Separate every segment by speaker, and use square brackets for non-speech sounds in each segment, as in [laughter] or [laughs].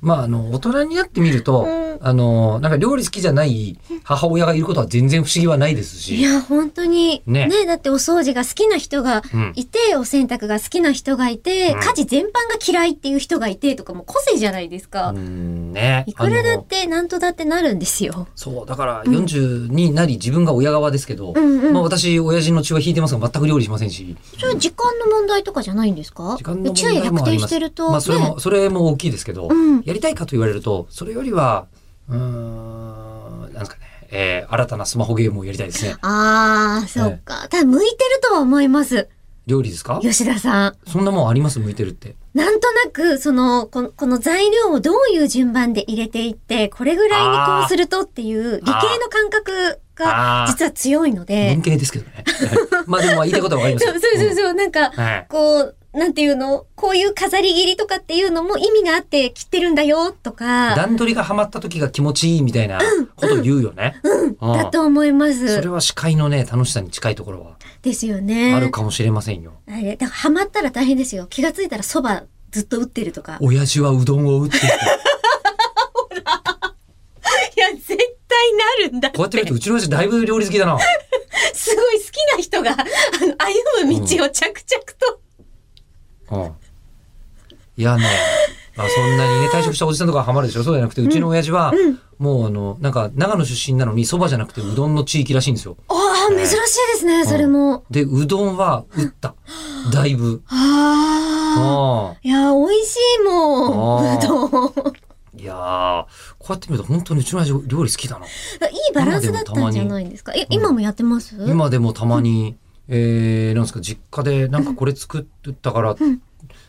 Speaker 1: まあ、あの、大人になってみると、
Speaker 2: うん
Speaker 1: あの、なんか料理好きじゃない母親がいることは全然不思議はないです
Speaker 2: い
Speaker 1: し、
Speaker 2: や、本当に。
Speaker 1: ね
Speaker 2: ねだってお掃除が好きな人が
Speaker 1: うん
Speaker 2: いて、お洗濯が好きな人がいて、
Speaker 1: うん
Speaker 2: 家事全般が嫌いっていう人がいてとかも個性じゃないですか。
Speaker 1: うん、ね。
Speaker 2: いくらだ
Speaker 1: あ
Speaker 2: っ
Speaker 1: の
Speaker 2: てなんとだってなるんですよ。
Speaker 1: そう、だから40になり自分が親側ですけど、
Speaker 2: うんうん
Speaker 1: まあ私、親父の血は引いてますが全く料理しませんし、
Speaker 2: それは時間の問題とかじゃないんですか
Speaker 1: 時間の問
Speaker 2: 昼夜
Speaker 1: 題
Speaker 2: 逆
Speaker 1: もあり
Speaker 2: 転
Speaker 1: ま
Speaker 2: し
Speaker 1: す
Speaker 2: てると。
Speaker 1: まあそれ
Speaker 2: ね
Speaker 1: も、それも大きいですけど、
Speaker 2: うん
Speaker 1: やりたいかと言われると、それよりは、うーん、なんですかね、えー新たなスマホゲームをやりたいです
Speaker 2: [laughs]
Speaker 1: ね。
Speaker 2: ああ、そっか。ただ向いてるとは思います。
Speaker 1: 料理ですか
Speaker 2: 吉田さん。
Speaker 1: そんなもんあります向いてるって。
Speaker 2: なんとなく、その、このこの材料をどういう順番で入れていって、これぐらいにこうするとっていう、理系の感覚
Speaker 1: あー
Speaker 2: が実は強いので
Speaker 1: 文。系ですけどね。 [laughs] まあでも言いたいことはわかります
Speaker 2: [laughs] そ
Speaker 1: よ。
Speaker 2: うそうそうそう、なんか、
Speaker 1: うんはい。
Speaker 2: こう、なんていうのこういう飾り切りとかっていうのも意味があって切ってるんだよとか、
Speaker 1: 段取りがハマった時が気持ちいいみたいなことを言うよね。うん
Speaker 2: だと思いま
Speaker 1: それ
Speaker 2: す。
Speaker 1: は司会のね、楽しさに近いところは
Speaker 2: ですよね。
Speaker 1: あるかもしれませんよ。
Speaker 2: あれ、だからハマったら大変ですよ。気がついたらそばずっと打ってるとか。
Speaker 1: 親父はうどんを打っていた。
Speaker 2: いや、絶対なるんだっ
Speaker 1: こうやって見ると、うちの親父だいぶ料理好きだな。
Speaker 2: すごい好きな人が、あの、歩む道を着々と。
Speaker 1: うん。いやね、まあそんなにね、退職したおじさんとかはハマるでしょそうじゃなくて、うちの親父は、もうあの、なんか、長野出身なのに、そばじゃなくてうどんの地域らしいんですよ。
Speaker 2: ああ、珍しいですね、それも。
Speaker 1: で、うどんは打った。だいぶ。
Speaker 2: ああ。
Speaker 1: ああ。
Speaker 2: いや、美味しいも
Speaker 1: あー
Speaker 2: ん。う [laughs] どん。
Speaker 1: いやー、こうやって見ると本当にうちの親父料理好きだな。
Speaker 2: いいバランスだったんじゃないんですか。え、今もやってます
Speaker 1: 今でもたまに、えー、なんですか、実家でなんかこれ作ったから、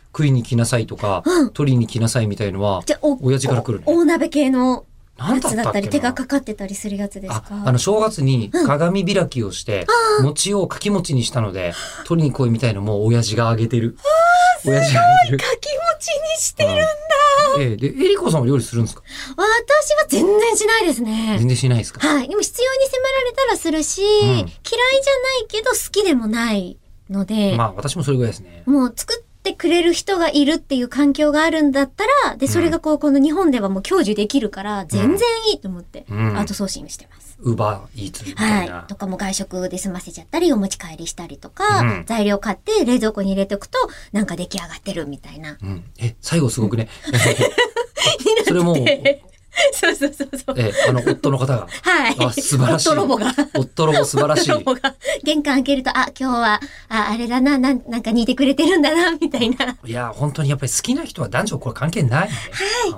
Speaker 1: 食いに来なさいとか、取りに来なさいみたいのは
Speaker 2: じゃあ、お、
Speaker 1: 親父から来るね
Speaker 2: お大鍋系の
Speaker 1: なんだっ
Speaker 2: やつ
Speaker 1: たっけな
Speaker 2: だったり、手がかかってたりするやつです
Speaker 1: あ
Speaker 2: か。
Speaker 1: あの正月に鏡開きをして、餅をかき餅にしたので取りに来いみたいのも親父があげてる。親父があげてる。
Speaker 2: かきもちにしてる。
Speaker 1: ええでえりこさんは料理するんですか
Speaker 2: 私は全然しないですね。
Speaker 1: 全然しないですか
Speaker 2: はい。でも必要に迫られたらするし、
Speaker 1: ん
Speaker 2: 嫌いじゃないけど好きでもないので、
Speaker 1: まあ私もそれぐらいですね。
Speaker 2: もう作ってくれる人がいるっていう環境があるんだったら、で、それがこう、この日本ではもう享受できるから、全然いいと思って、
Speaker 1: うん
Speaker 2: アウトソーシングしてます。
Speaker 1: ウーバーイーツみたいな。
Speaker 2: はい。とかも外食で済ませちゃったり、お持ち帰りしたりとか、
Speaker 1: うん
Speaker 2: 材料買って冷蔵庫に入れておくと、なんか出来上がってるみたいな。
Speaker 1: うん、え最後すごくね。 [laughs] それ
Speaker 2: だ
Speaker 1: も
Speaker 2: っ
Speaker 1: え
Speaker 2: て [laughs] そうそうそうそう。
Speaker 1: あの夫の方が。
Speaker 2: はい。
Speaker 1: あ素晴らしい。
Speaker 2: 夫ロボが。
Speaker 1: 夫ロボ素晴 [laughs] らしい。
Speaker 2: ロボが玄関開けると、あ、今日は、あ、あれだな、なん、なんか似てくれてるんだな、みたいな。
Speaker 1: いや本当にやっぱり好きな人は男女これ関係ないね。はい。